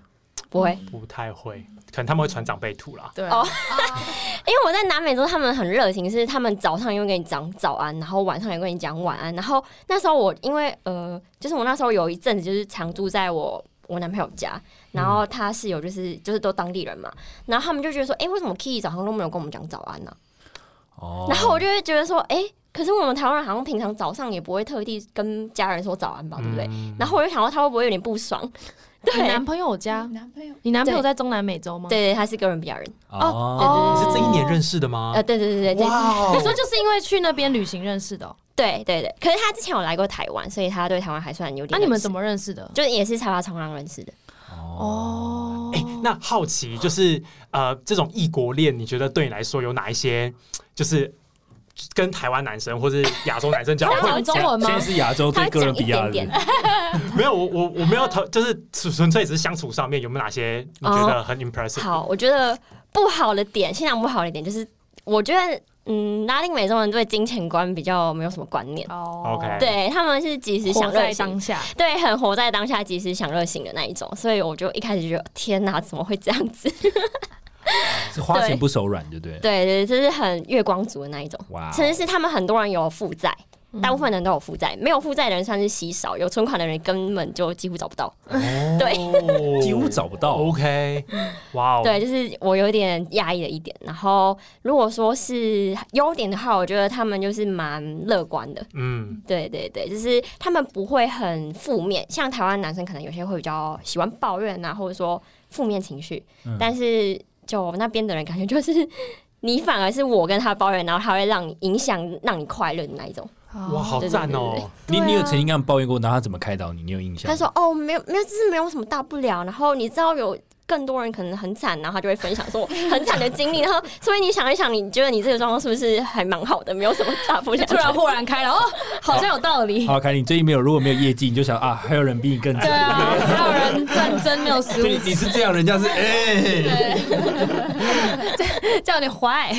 E: 不会，
B: 不太会，可能他们会传长辈图啦。
C: 对
E: 哦因为我在南美洲，他们很热情，是他们早上也会跟你讲早安，然后晚上也会跟你讲晚安。然后那时候我因为呃，就是我那时候有一阵子就是常住在我我男朋友家，然后他室友就是就是都当地人嘛，然后他们就觉得说，哎、为什么 Kitty 早上都没有跟我们讲早安呢、
D: 哦
E: 然后我就会觉得说，哎、可是我们台湾人好像平常早上也不会特地跟家人说早安吧，对哦不对？
B: 嗯
E: 然后我就想到他会不会有点不 爽？对
C: 你男朋友家，
A: 男朋友
C: 你男朋友在中南美洲吗？，
E: 对对，他是哥伦比亚人，
B: 你
D: 哦，
B: 是这一年认识的吗
E: 呃，？对对对对对，
B: 哇哦，
C: 你说 就是因为去那边旅行认识的哦。
E: 对对对。可是他之前有来过台湾，所以他对台湾还算有点认识。
C: 那啊你们怎么认识的？
E: 就是也是茶发冲浪认识的。
C: 哦，
B: 哎、那好奇就是呃，这种异国恋，你觉得对你来说有哪一些就是？跟台湾男生或是亚洲男生交
C: 他
B: 往
C: 会
B: 会
C: 讲中文吗
D: 现在？是亚洲对哥伦比亚
E: 他会讲一
D: 的
E: 点，
B: 没有，我我我没有讨，就是纯纯粹只是相处上面有没有哪些你觉得很 impressive？、
E: 哦好，我觉得不好的点，现场不好的点就是，我觉得嗯，拉丁美洲人对金钱观比较没有什么观念，
C: 哦
B: OK
E: 对他们是及时
C: 活
E: 享
C: 在
E: 乐
C: 当
E: 型。
C: 下。
E: 对，很活在当下，及时享乐型的那一种，所以我就一开始就觉得天哪，怎么会这样子？
D: 是花钱不手软，对不对？
E: 对对，这是很月光族的那一种，
D: 哇哦，
E: 甚至是他们很多人有负债，大部分人都有负债，没有负债的人算是稀少，有存款的人根本就几乎找不到。
B: 对
D: 几乎找不到
B: 哦 OK，哇哦，
E: 对，就是我有点压抑的一点。然后如果说是优点的话，我觉得他们就是蛮乐观的。
B: 嗯，
E: 对对对，就是他们不会很负面，像台湾男生可能有些会比较喜欢抱怨啊，或者说负面情绪，
D: 嗯
E: 但是就那边的人感觉就是 你反而是我跟他抱怨，然后他会让你影响让你快乐的那一种。
B: 哇，好赞哦、
D: 你
E: 对对对
C: 对啊
D: 你有曾经跟他们抱怨过，然后他怎么开导你？你有印象？
E: 他说：“哦，没有没有，这是没有什么大不了。”然后你知道有。更多人可能很惨，然后他就会分享 说很惨的经历，然后所以你想一想，你觉得你这个状况是不是还蛮好的，没有什么大 不了？
C: 突然豁然开朗，哦，好像有道理。
D: 好，凯莉，你最近没有，如果没有业绩，你就想啊，还有人比你更
C: 对
D: 惨。
C: 啊，还有人战争没有 食
D: 对，
C: 物
D: 你是这样，人家是哎，
C: 叫你坏。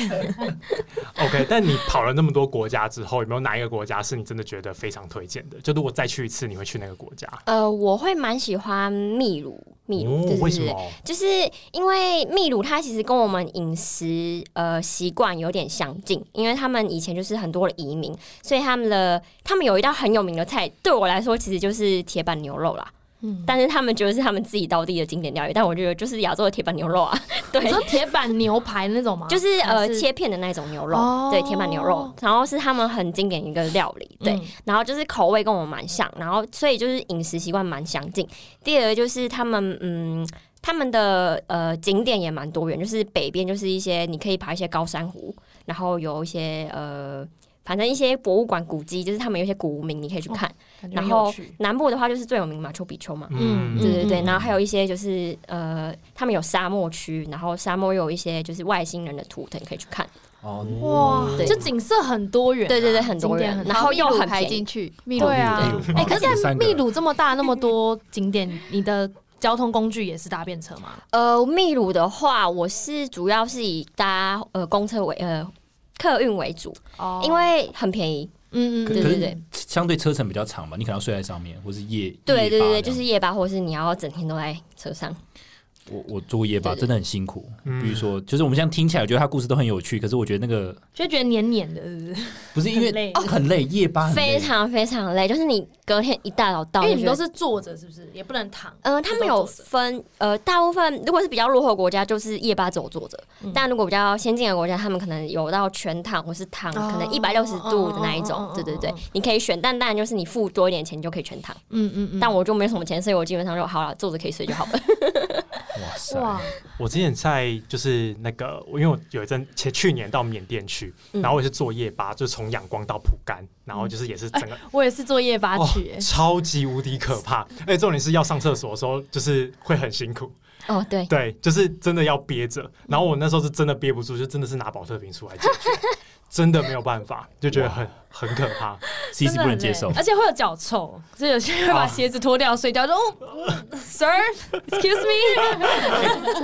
B: OK，但你跑了那么多国家之后，有没有哪一个国家是你真的觉得非常推荐的？就如果再去一次，你会去那个国家？
E: 呃，我会蛮喜欢秘鲁，秘鲁、对对
B: 哦，
E: 对
B: 为什么？
E: 就是因为秘鲁它其实跟我们饮食呃习惯有点相近，因为他们以前就是很多的移民，所以他们的他们有一道很有名的菜，对我来说其实就是铁板牛肉啦。
C: 嗯，
E: 但是他们觉得是他们自己当地的经典料理，但我觉得就是亚洲的铁板牛 肉啊，对
C: 你，说铁板牛排那种吗？
E: 就是呃
C: 还是
E: 切片的那种牛肉，
C: 哦
E: 对，铁板牛肉，然后是他们很经典一个料理，对，
C: 嗯
E: 然后就是口味跟我们蛮像，然后所以就是饮食习惯蛮相近。第二个就是他们嗯。他们的呃景点也蛮多元，就是北边就是一些你可以爬一些高山湖，然后有一些呃，反正一些博物馆古迹，就是他们有一些古名你可以去看。
C: 感觉
E: 然
C: 哦很
E: 后
C: 有趣
E: 南部的话就是最有名嘛，丘比丘嘛，
B: 嗯，
E: 对对对，
C: 嗯
E: 然后还有一些就是呃，他们有沙漠区，然后沙漠又有一些就是外星人的图腾可以去看。
D: 哦，
C: 哇，
E: 对
C: 这景色很多元啊，
E: 对对对，很多
C: 景点
E: 人，
C: 很
E: 然后又很
A: 排
E: 便宜。
A: 进去，秘鲁
C: 对
D: 秘
C: 啊
D: 鲁秘，鲁
C: 哎，
D: 好
C: 可是
D: 这
C: 在
D: 三个
C: 秘鲁这么大那么多景点， 你的交通工具也是搭便车吗？
E: 呃，秘鲁的话，我是主要是以搭呃公车为呃客运为主，
C: 哦
E: 因为很便宜。
C: 嗯嗯，
D: 可
E: 对
D: 可
E: 对
D: 是
E: 对
D: 相对车程比较长嘛，你可能要睡在上面，或是夜
E: 对对
D: 夜巴
E: 对
D: 这
E: 对，就
D: 样
E: 是夜巴，或是你要整天都在车上。
D: 我我做过夜巴
E: 对对
D: 真的很辛苦。
B: 嗯
D: 比如说，就是我们现在听起来，我觉得他故事都很有趣，可是我觉得那个
C: 就觉得黏黏的，是不是？
D: 不是因为
C: 很累
D: 哦很累，夜巴很累
E: 非常非常累，就是你隔天一大早到，
C: 啊因为你
E: 就
C: 们都
E: 觉得。
C: 是坐着，是不是？也不能躺。
E: 呃，他们有分，呃，大部分如果是比较落后的国家，就是夜巴走坐着；
C: 嗯
E: 但如果比较先进的国家，他们可能有到全躺或是躺，
C: 哦
E: 可能一百六十度的那一
C: 哦哦
E: 种
C: 哦。
E: 对对
C: 哦
E: 对
C: 哦，
E: 你可以选，但当然就是你付多一点钱就可以全躺。
C: 嗯嗯嗯
E: 但我就没什么钱，所以我基本上就好了，坐着可以睡就好了。
D: 哇塞，
C: 哇，
B: 我之前在就是那个，我因为我有一阵前去年到缅甸去，
E: 嗯
B: 然后我也是坐夜巴，就从仰光到蒲甘，然后就是也是整个、
C: 我也是坐夜巴
B: 哦
C: 去，欸，
B: 超级无敌可怕，而且重点是要上厕所的时候就是会很辛苦，
E: 哦，对，
B: 对，就是真的要憋着。然后我那时候是真的憋不住，就真的是拿保特瓶出来解决，真的没有办法，就觉得很很可怕。
D: c C 不能接受
C: 真的很累，而且会有脚臭，所以有些人会把鞋子脱掉睡觉，就哦，Sir，excuse me，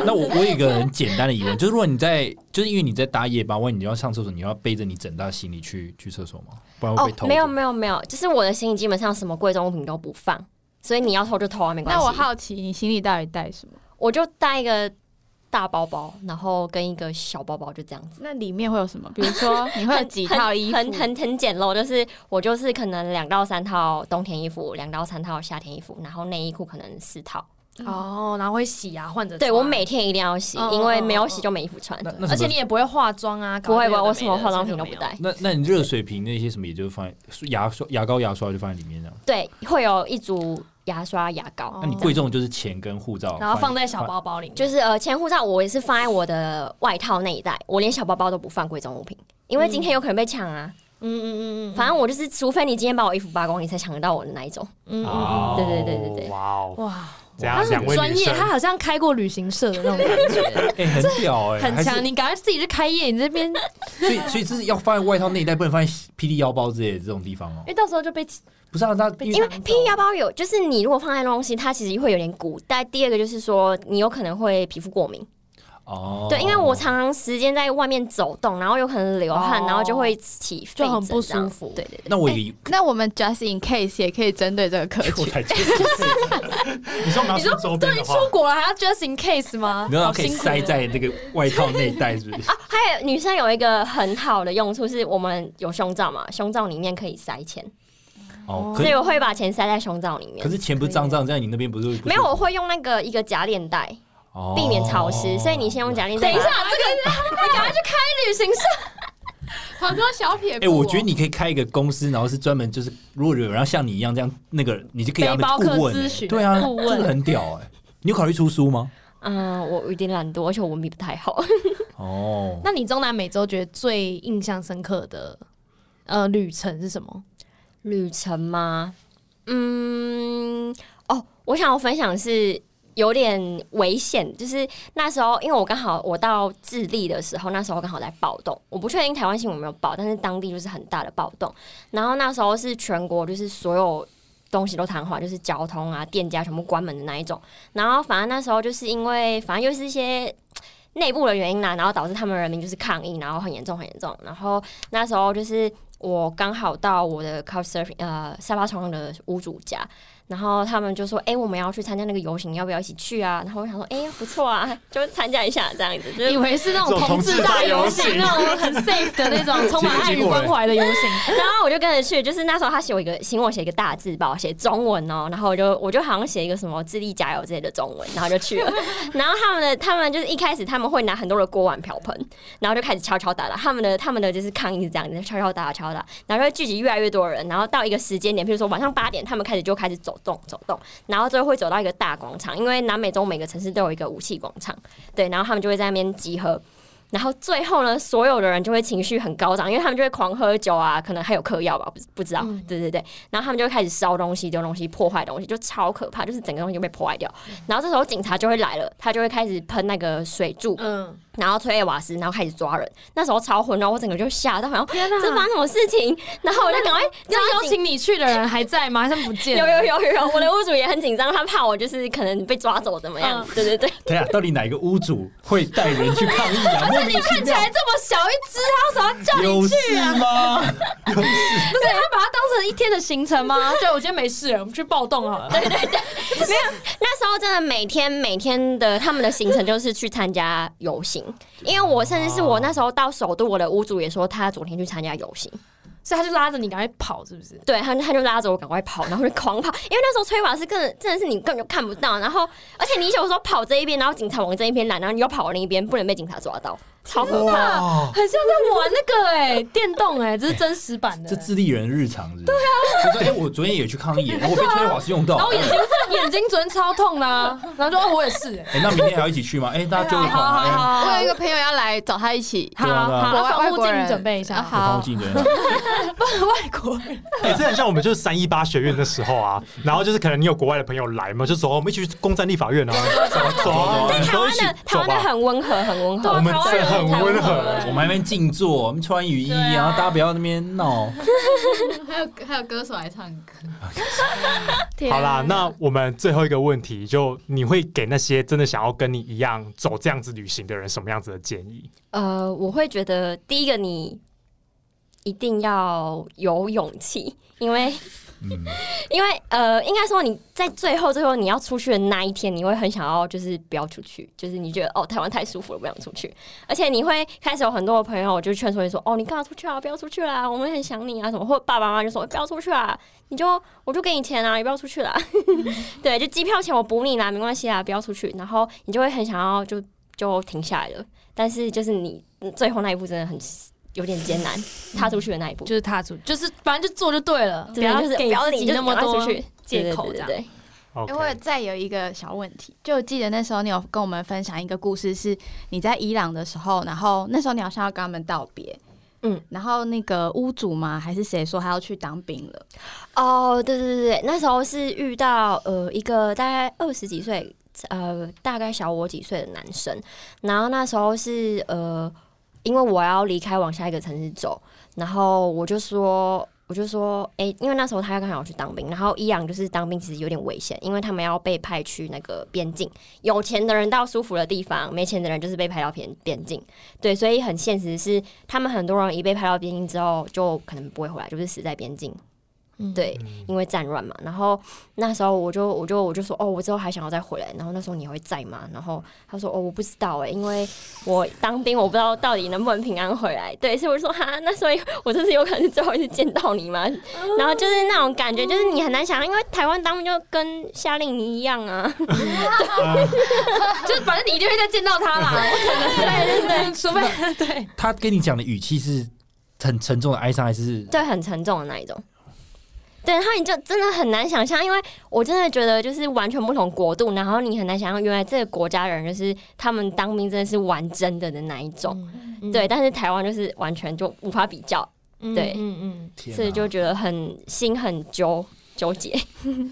D: 那我我有一个很简单的疑问，就是如果你在，就是因为你在搭夜班，万一你要上厕所，你要背着你整大行李去去厕所吗？不然会
E: 哦
D: 被偷、，
E: 没有，没有没有，就是我的行李基本上什么贵重物品都不放，所以你要偷就偷啊，没关
A: 那
E: 系。
A: 我好奇你行李到底带什么？
E: 我就带一个大包包，然后跟一个小包包，就这样子。
A: 那里面会有什么？比如说你会有几套衣服？
E: 很很很简陋，就是我就是可能两到三套冬天衣服，两到三套夏天衣服，然后内衣裤可能四套。
C: 哦，然后会洗啊，换着穿
E: 对我每天一定要洗，
C: 嗯嗯
E: 因为没有洗就没衣服穿。
D: 那那
C: 而
D: 什
C: 且
D: 么
C: 你？也不会化妆啊，
E: 不会
C: 搞
E: 吧？
C: 得
E: 我
C: 有的
E: 什么
C: 没的
E: 化妆品都不。
C: 所以
E: 带。
D: 那那你热水瓶那些什么也就放在牙刷、牙膏、牙刷就放在里面这样。
E: 对，会有一组牙刷、牙膏。
C: 哦
D: 那你贵重的就是钱跟护照，
C: 然后放在小包包里面，
E: 就是呃，前护照我也是放在我的外套那一袋，我连小包包都不放贵重物品，因为今天有可能被抢啊。
C: 嗯嗯嗯嗯，
E: 反正我就是，除非你今天把我衣服扒光，你才抢得到我的那一种。
C: 嗯嗯
D: 啊
C: 嗯
B: 哦
E: 对对对对对
B: 哇哦，
C: 哇，
B: 怎
C: 他
B: 样？
C: 是
B: 两
C: 很
B: 位
C: 专
B: 女
C: 业，
B: 生
C: 他好像开过旅行社的那种感觉，
D: 哎、很屌哎、
C: 很
D: 还是
C: 强。你赶快自己去开业，你这 边
D: 所以所以这是要放在外套内袋，不能放在霹雳腰包之类的这种地方哦
C: 因。为到时候就被
D: 不是啊，那因
C: 被
D: 为
E: 因为
C: 抢走
E: 霹雳腰包有，就是你如果放在那东西，它其实会有点鼓。但第二个就是说，你有可能会皮肤过敏。
D: 哦，
E: 对，因为我常常时间在外面走动，然后有可能流汗，
C: 哦
E: 然后就会起
C: 就很
E: 痱
C: 不
E: 疹这样
C: 舒
E: 子
C: 服
E: 对对对，
D: 那我以为
A: 那我们 just in case 也可以针对这个客
D: 我
A: 群，
D: 才觉得
B: 你说我们要出周边的话
C: 出，国了，还要 just in case 吗？
D: 你知道
C: 好
D: 啊它可以
C: 辛苦
D: 塞在那个外套内袋，是不是？
E: 还有女生有一个很好的用处是，我们有胸罩嘛，胸罩里面可以塞钱，
D: 哦，可
E: 所以
D: 是
E: 我会把钱塞在胸罩里
D: 可
E: 面。
D: 是钱不是脏脏，这样你那边不是会不
E: 没有，
D: 舒
E: 我会用那个一个假链袋，
D: 服哦
E: 避免潮湿。所以你先用假链
C: 等
E: 袋。
C: 一下，，这个你赶快去开旅行社。
A: 好多小撇哦
D: 哎、我觉得你可以开一个公司，然后是专门就是，如果有人要像你一样这样，那个你就可以当
C: 背包客
D: 顾问、
C: 咨
D: 欸，
C: 询
D: 对啊，
C: 顾问
D: 这个很屌哎、你有考虑出书吗？
E: 嗯，我有点懒惰，而且我文笔不太好。
D: 哦，
C: 那你中南美洲觉得最印象深刻的呃旅程是什么？
E: 旅程吗？嗯，哦，我想要分享的是有点危险，就是那时候，因为我刚好我到智利的时候，那时候刚好在暴动，我不确定台湾新闻有没有报，但是当地就是很大的暴动，然后那时候是全国就是所有。东西都瘫痪，就是交通啊、店家全部关门的那一种。然后反正那时候就是因为，反正又是一些内部的原因啦、然后导致他们人民就是抗议，然后很严重、很严重。然后那时候就是我刚好到我的 Couchsurfing 呃沙发床的屋主家，然后他们就说：“哎、我们要去参加那个游行，要不要一起去啊？”然后我想说：“哎、不错啊，就参加一下这样子。”就
C: 以
E: 是，
C: 为是那种同志大游行，那种很 safe 的那种，充满爱与关怀的游行。
E: 然后我就跟着去，就是那时候他写我一个，请我写一个大字报，写中文哦。然后我就我就好像写一个什么“智力加油”之类的中文，然后就去了。 然后他们的他们就是一开始他们会拿很多的锅碗瓢盆，然后就开始敲敲打打。他们的他们的就是抗议是这样子，敲敲打打敲打打，然后就会聚集越来越多人。然后到一个时间点，譬如说晚上八点，他们开始就开始走动走动，然后最后会走到一个大广场，因为南美洲每个城市都有一个武器广场，对，然后他们就会在那边集合。然后最后呢，所有的人就会情绪很高涨，因为他们就会狂喝酒啊，可能还有嗑药吧，不不知道，对对对。然后他们就会开始烧东西、丢东西、破坏东西，就超可怕，就是整个东西就被破坏掉。然后这时候警察就会来了，他就会开始喷那个水柱，
C: 嗯，
E: 然后催泪瓦斯，然后开始抓人。那时候超混乱，我整个就吓到，好像
C: 天
E: 这
C: 哪！
E: 发生什么事情？然后我就赶快
C: 那邀请你去的人还在吗？他们不见
E: 有
C: 了。
E: 有有有有，我的屋主也很紧张，他怕我就是可能被抓走怎么样？对
C: 嗯
E: 对对，
D: 等一啊下，到底哪个屋主会带人去抗议啊？莫名其
C: 看起
D: 妙，
C: 来 这么小一只，啊 他为什么要叫
D: 有
C: 你
D: 事
C: 去啊？
D: 吗？
C: 不是他把它当成一天的行程吗？对，我觉得没事了，我们去暴动好了。
E: 那时候真的每天每天的他们的行程就是去参加游行，因为我甚至是我那时候到首都，我的屋主也说他昨天去参加游行，
C: 所以他就拉着你赶快跑，是不是？
E: 对，他他就 拉着我赶快跑，然后就狂跑，因为那时候催瓦是更真的是你根本就看不到，然后而且你有时候跑这一边，然后警察往这一边拦，然后你又跑另一边，不能被警察抓到，超可怕。
B: 哇，
C: 很像在玩那个哎、电动哎、这是真实版的。
D: 这智力人日常是不是？对啊，他说：“哎、我昨天也去抗议， 然后我被催泪瓦斯用到
C: 然后。我眼睛眼睛昨天超痛啦、然后就哦我也是、欸，
D: 哎、那明天还要一起去吗？哎、大家揪一团
E: 哦
C: 好
D: 啊！
C: 好
A: 我有一个朋友要来找他一起，
D: 对啊对啊
C: 好
A: 国外
C: 好，防
A: 外
C: 护
A: 国
C: 镜
A: 人
C: 准备一下
A: 啊。
D: 哎
A: 好
D: 有方进的，
C: 外国人
B: 哎，这很像我们就是三一八学院的时候啊，然后就是可能你有国外的朋友来嘛，就走啊，我们一起去攻占立法院啊，走啊走啊，我们
E: 台
B: 都一
E: 湾
B: 起
E: 的台
B: 走
E: 湾的
B: 吧。哦
E: 很温和，很温和，
B: 我们这很温和，欸
D: 我们还没静坐，我们穿雨衣，
A: 对啊
D: 然后大家不要那边闹。
A: 还有还有歌手来唱歌，
C: 啊
B: 好啦，那我们最后一个问题，就你会给那些真的想要跟你一样走这样子旅行的人什么样子的建议？
E: 呃，我会觉得第一个你一定要有勇气，因为
D: 嗯，
E: 因为呃，应该说你在最后最后你要出去的那一天，你会很想要就是不要出去，就是你觉得哦台湾太舒服了，不想出去，而且你会开始有很多的朋友就劝说你说哦你干嘛出去啊，不要出去啦，我们很想你啊什么，或者爸爸妈妈就说不要出去啊， 你就我就给你钱啊，你不要出去啦，对，就机票钱我补你啦，没关系啦，不要 出去，然后你就会很想要就就停下来了，但是就是你最后那一步真的很有点艰难，踏出去的那一步，
C: 就是踏出，就是反正就做就对了，
E: 真的就是不
C: 给
E: 要
C: 自
E: 理，
C: 己
E: 就
C: 那么
E: 赶快
C: 多
E: 出去
C: 借口
E: 对
C: 这
E: 对
C: 样
E: 对。对
A: 因为
B: OK，
A: 再有一个小问题，就记得那时候你有跟我们分享一个故事，是你在伊朗的时候，然后那时候你好像要跟他们道别，
E: 嗯，
A: 然后那个屋主嘛，还是谁说他要去当兵了？
E: 哦，对对对对，那时候是遇到呃一个大概二十几岁，呃大概小我几岁的男生，然后那时候是呃因为我要离开往下一个城市走，然后我就说。我就说，哎、因为那时候他刚好去当兵，然后伊朗就是当兵其实有点危险，因为他们要被派去那个边境，有钱的人到舒服的地方，没钱的人就是被派到边边境，对，所以很现实是，他们很多人一被派到边境之后，就可能不会回来，就是死在边境，对，因为战乱嘛。然后那时候我就我就我就说，哦，我之后还想要再回来。然后那时候你会在吗？然后他说，哦，我不知道哎、因为我当兵，我不知道到底能不能平安回来。对，所以我就说，哈，那所以我这次有可能是最后一次见到你吗？然后就是那种感觉，就是你很难想象，因为台湾当兵就跟夏令营一样啊。
C: 就是反正你一定会再见到他 啦，不可能，对对对，除非 对，
D: 他跟你讲的语气是很沉重的哀伤，还是
E: 对，很沉重的那一种。对，然后你就真的很难想象，因为我真的觉得就是完全不同国度，然后你很难想象原来这个国家的人就是他们当兵真的是玩真的的那一种。对，但是台湾就是完全就无法比较，
C: 嗯
E: 对
C: 嗯嗯，
D: 天
E: 所以
D: 哪
E: 就觉得很心很纠纠结。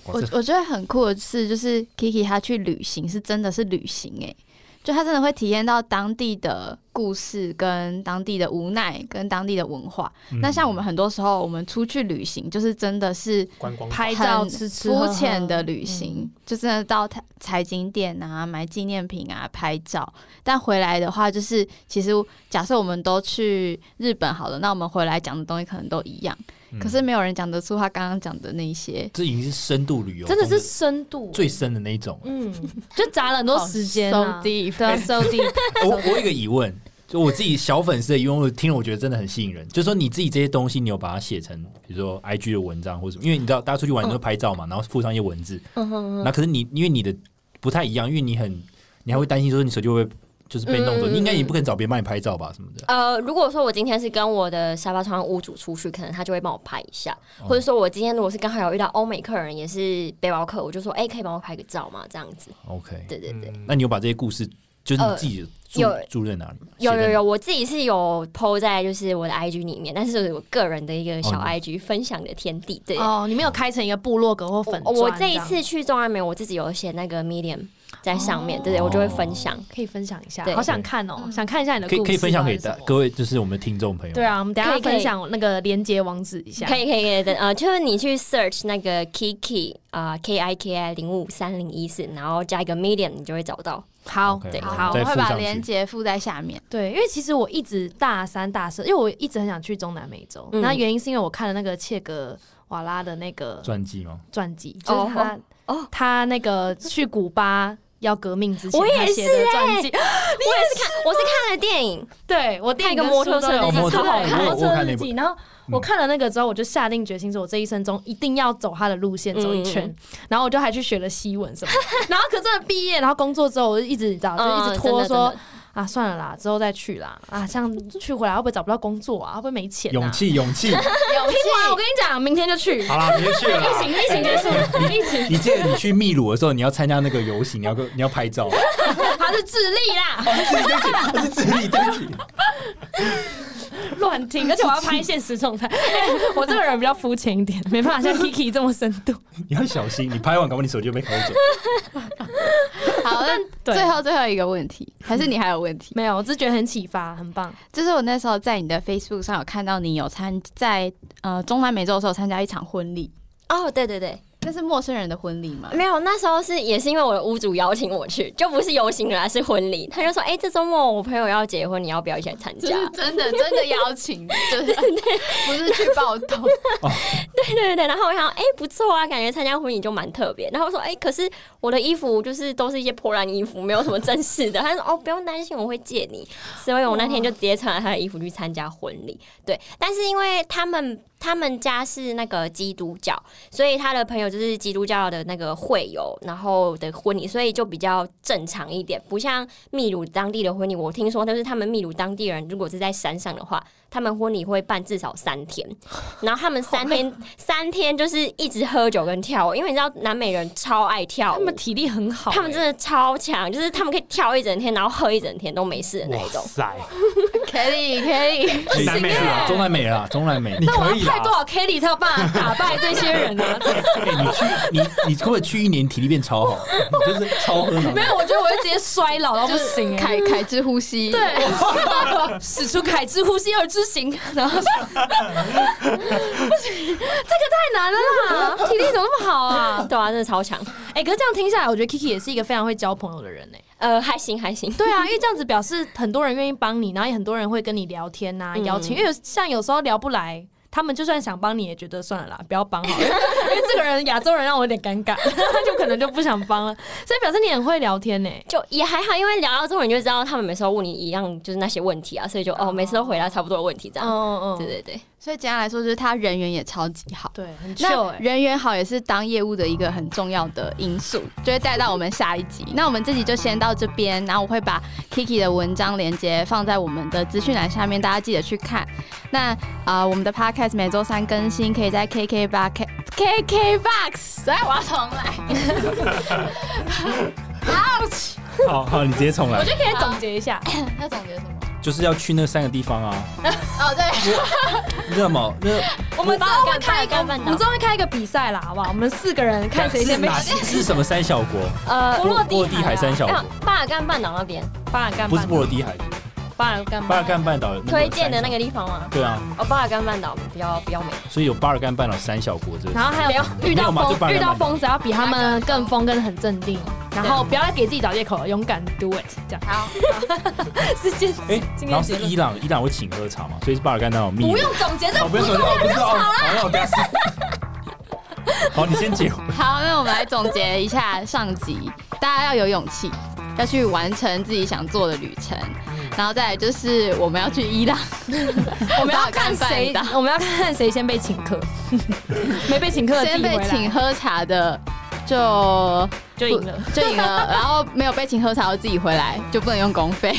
A: 我我觉得很酷的是，就是欸 Kiki 他去旅行是真的是旅行哎、就他真的会体验到当地的故事、跟当地的无奈、跟当地的文化。
D: 嗯
A: 那像我们很多时候，我们出去旅行，就是真的是
B: 观光
C: 拍照、
A: 很
C: 吃吃喝
A: 肤
C: 喝嗯
A: 浅的旅行，就真的到采采景点啊、买纪念品啊、拍照。但回来的话，就是其实假设我们都去日本好了，那我们回来讲的东西可能都一样，
D: 嗯
A: 可是没有人讲得出他刚刚讲的那一些
D: 这已经是深度旅游，
C: 真的是深度，
D: 最深的那一种。
C: 嗯，就砸了很多时间
A: ，so
C: 啊。
A: deep。
C: 对啊，so deep，
D: 我我有一个疑问，就我自己小粉丝的疑问，我听了我觉得真的很吸引人。就是说你自己这些东西，你有把它写成，比如说 IG 的文章或者什么？因为你知道大家出去玩都会
C: 嗯
D: 拍照嘛，然后附上一些文字。那可是你因为你的不太一样，因为你很你还会担心说你手机会不会就是被弄走，
E: 嗯嗯嗯
D: 你应该也不可能找别人帮你拍照吧什么的。
E: 呃，如果说我今天是跟我的沙发床屋主出去，可能他就会帮我拍一下，或者说我今天如果是刚好有遇到欧美客人，也是背包客，我就说，哎、可以帮我拍个照吗？这样子，
D: OK，
E: 对对对。
B: 嗯
D: 那你有把这些故事，就是
C: 呃
D: 你自己住、
E: 有
D: 住在哪里吗？
E: 有
D: 写在
E: 有
D: 哪
E: 有，我自己是有 PO 在就是我的 IG 里面，但是我个人的一个小
D: 哦
E: IG 分享的天地。对，
C: 哦，你没有开成一个部落格或粉
E: 我我
C: 专
E: 这一
C: 样
E: 次去中安美，我自己有写那个 Medium 在上面，对对，
D: 哦
E: 我就会分享。
C: 可以分享一下，
E: 对
C: 好想看哦，想看一下你的
D: 可以
C: 故事
D: 可以分享给
C: 到
D: 大
C: 底是什么
D: 各位，就是我们的听众朋友。
C: 对，啊，我们等一
E: 可
C: 下
E: 以可以
C: 分享那个连接网址一下。
E: 可以可以可以的，呃，就是你去 search 那个 Kiki 啊、K I K I 零五三零一四，然后加一个 Medium，你就会找到。
C: 好
D: OK，
E: 对
D: 我们
A: 好，
D: 再
A: 我
D: 附
A: 会把
D: 上去
A: 链接附在下面。
C: 对，因为其实我一直大三大四，因为我一直很想去中南美洲，
E: 嗯
C: 那、原因是因为我看了那个切格瓦拉的那个
D: 传记吗？
C: 传记，就是他、
E: 哦
C: 他那个去古巴要革命之前，
E: 我也
C: 他写的
E: 是
C: 传记。
E: 我也是看，我是看了电影，
C: 对我电
E: 看一
C: 影
E: 个
C: 跟
E: 摩
C: 书
E: 托
C: 都
E: 车
C: 有
D: 集
E: 那
C: 对
D: 超好看
C: 摩
D: 我我有
C: 托车
D: 看那
C: 日
D: 部嗯
C: 记，然后我看了那个之后，我就下定决心说，我这一生中一定要走他的路线走一圈
E: 嗯。
C: 然后我就还去学了西文什么的。 然后可真的毕业，然后工作之后，我就一直你知道，就一
E: 嗯
C: 直拖
E: 真的
C: 说
E: 真的
C: 啊，算了啦，之后再去啦。啊，这样去回来会不会找不到工作啊？会不会没钱、啊？
D: 勇！气，勇气！
C: 听完我跟你讲，明天就去。
B: 好啦，别去了
C: 疫
B: 啦
C: 情，疫情结束，疫 情
D: 你记得你去秘鲁的时候，你要参加那个游行，你要跟你要拍照。
C: 他是智利啦，
D: 哦这是智利，对不起。
C: 乱听，而且我要拍现实 状态。哎我这个人比较肤浅一点，没办法像 Kiki 这么深度。
D: 你要小心，你拍完搞不好你手机就被偷 走。
A: 好，那
C: 呃对
A: 最后最后一个问题，还是你还有问 题？
C: 没有，我只是觉得很启发，很棒。
A: 就是我那时候在你的 Facebook 上有看到你有参在呃中南美洲的时候参加一场婚礼，
E: 哦，对对对，
A: 那是陌生人的婚礼吗？
E: 没有，那时候是也是因为我的屋主邀请我去，就不是游行啦，是婚礼。他就说，哎、这周末我朋友要结婚，你要不要一起来参
A: 就
E: 加？
A: 是真的真的邀 请，就是不是去报 道。
E: 对对对，然后我想，哎、不错啊，感觉参加婚礼就蛮特别。然后我说，哎、可是我的衣服就是都是一些破烂衣服，没有什么正式的。他 说，哦，不用担心，我会借你。所以我那天就直接穿了他的衣服去参加婚礼。对，但是因为他们他们家是那个基督教，所以他的朋友就是基督教的那个会友，然后的婚礼，所以就比较正常一点，不像秘鲁当地的婚礼。我听说，就是他们秘鲁当地人如果是在山上的话，他们婚礼会办至少三 天，然后他们三天三天就是一直喝酒跟跳舞，因为你知道南美人超爱跳
C: 他
E: 舞
C: 们。欸体力很好、
E: 他们真的超强，就是他们可以跳一整天，然后喝一整天都没事的那一
B: 哇
E: 种。
B: 塞，
A: Kelly Kelly，
B: 南美
C: 啊
D: 啦，啊中南美啦，中南美。
B: 啊你
C: 那我
B: 可
C: 要
B: 以啊
C: 派多
B: 啦。
C: 少 Kelly 才有办法打败这些人呢、啊
D: 哎你去，你你可不可以去一年体力变超好？ 你就是超喝
C: 没
D: 能。
C: 有，我觉得我会直接衰老到不行、欸。
A: 凯凯之呼吸，
C: 对， 使出凯之呼吸而之行，然后不行，这个太难了 啦，体力怎么那么好啊？
E: 对啊，真的超强。
C: 哎、可是这样听下来，我觉得 Kiki 也是一个非常会交朋友的人呢、欸
E: 呃，还行还行。
C: 对啊，因为这样子表示很多人愿意帮你，然后也很多人会跟你聊天呐、
E: 嗯
C: 邀请。因为有像有时候聊不来，他们就算想帮你，也觉得算了啦，不要帮好了。因 为这个人亚洲人让我有点尴尬， 他就可能就不想帮了。所以表示你很会聊天呢、
E: 就也还好，因为聊到之后你就知道他们每次都问你一样就是那些问题啊，所以就哦每次都回答差不多的问题这
C: 嗯
E: 样。
C: 嗯
E: 对对对，
A: 所以简单来说就是他人缘也超级好。
C: 对，很 c
A: 那
C: 哎、
A: 人缘好也是当业务的一个很重要的因素，就会带到我们下一集。那我们这集就先到这边，然后我会把 Kiki 的文章链接放在我们的资讯栏下面，大家记得去看。那啊、呃我们的 Podcast 每周三更新，可以在 KK 八 K KK Box，来，我要重来。Ouch！
D: 好好，你直接重来
C: 我，就可以总结一下，
A: 要总结什么？
D: 就是要去那三个地方啊。
A: 哦，对，
D: 热毛热
C: 我们之后会开一个，
E: 干饭
C: 我们之后会开一个比赛啦，好不好？我们四个人看谁
D: 是
C: 先被
D: 哪是什么三小国？
E: 呃
C: 不落地
D: 地海三小
E: 没有
D: 国，
E: 巴尔干半岛那边，
C: 巴尔干
D: 不是
C: 半
D: 波
C: 岛
D: 罗的海。
C: 巴尔干
D: 巴尔
C: 半岛
D: 干半岛有那个
E: 推荐的
D: 三
E: 那
D: 小
E: 个地方吗？
D: 对啊，
E: 哦，巴尔干半岛比较比较美，
D: 所以有巴尔干半岛三小国这个
C: 然后还有遇
D: 没有
C: 到
D: 嘛就巴
C: 风，
D: 尔
C: 遇
D: 干
C: 到
D: 半岛
C: 风只要比他们更疯，跟很镇定，然后不要再给自己找借口，勇敢 do it，这样
E: 好，
C: 是这样。
D: 哎，
C: 今天
D: 然后
C: 结
D: 是
C: 论
D: 伊朗，伊朗会请喝茶嘛，所以是巴尔干半岛蜜。
C: 不用总结，这
D: 哦，不用说，哦，不是哦，好，那我等下死 好，你先解。
A: 好，那我们来总结一下上集，大家要有勇气，要去完成自己想做的旅程，然后再来就是我们要去伊朗，
C: 嗯 我
A: 我
C: 们要看 谁，我们要看谁先被请客，没被请客的自
A: 先
C: 己回
A: 被
C: 来
A: 请喝茶的就
C: 就赢了。
A: 就赢了，然后没有被请喝茶的自己回来就不能用公费。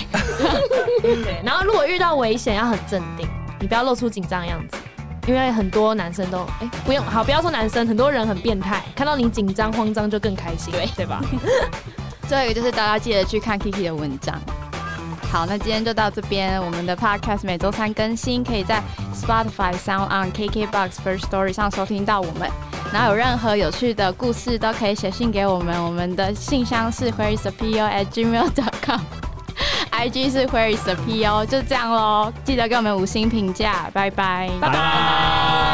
C: 对，然后如果遇到危险要很镇定，你不要露出紧张的样子。因为很多男生都哎、不用好，不要说男生，很多人很变态，看到你紧张慌张就更开心，对对吧？
A: 最后一个就是大家记得去看 Kiki 的文章。好，那今天就到这边。我们的 Podcast 每周三更新，可以在 Spotify、Sound On、KKBox、First Story 上收听到我们。然后有任何有趣的故事都可以写信给我们，我们的信箱是 where is the po at gmail dot com，IG 是 where is the po，就这样喽。记得给我们五星评价，拜拜。
C: 拜拜。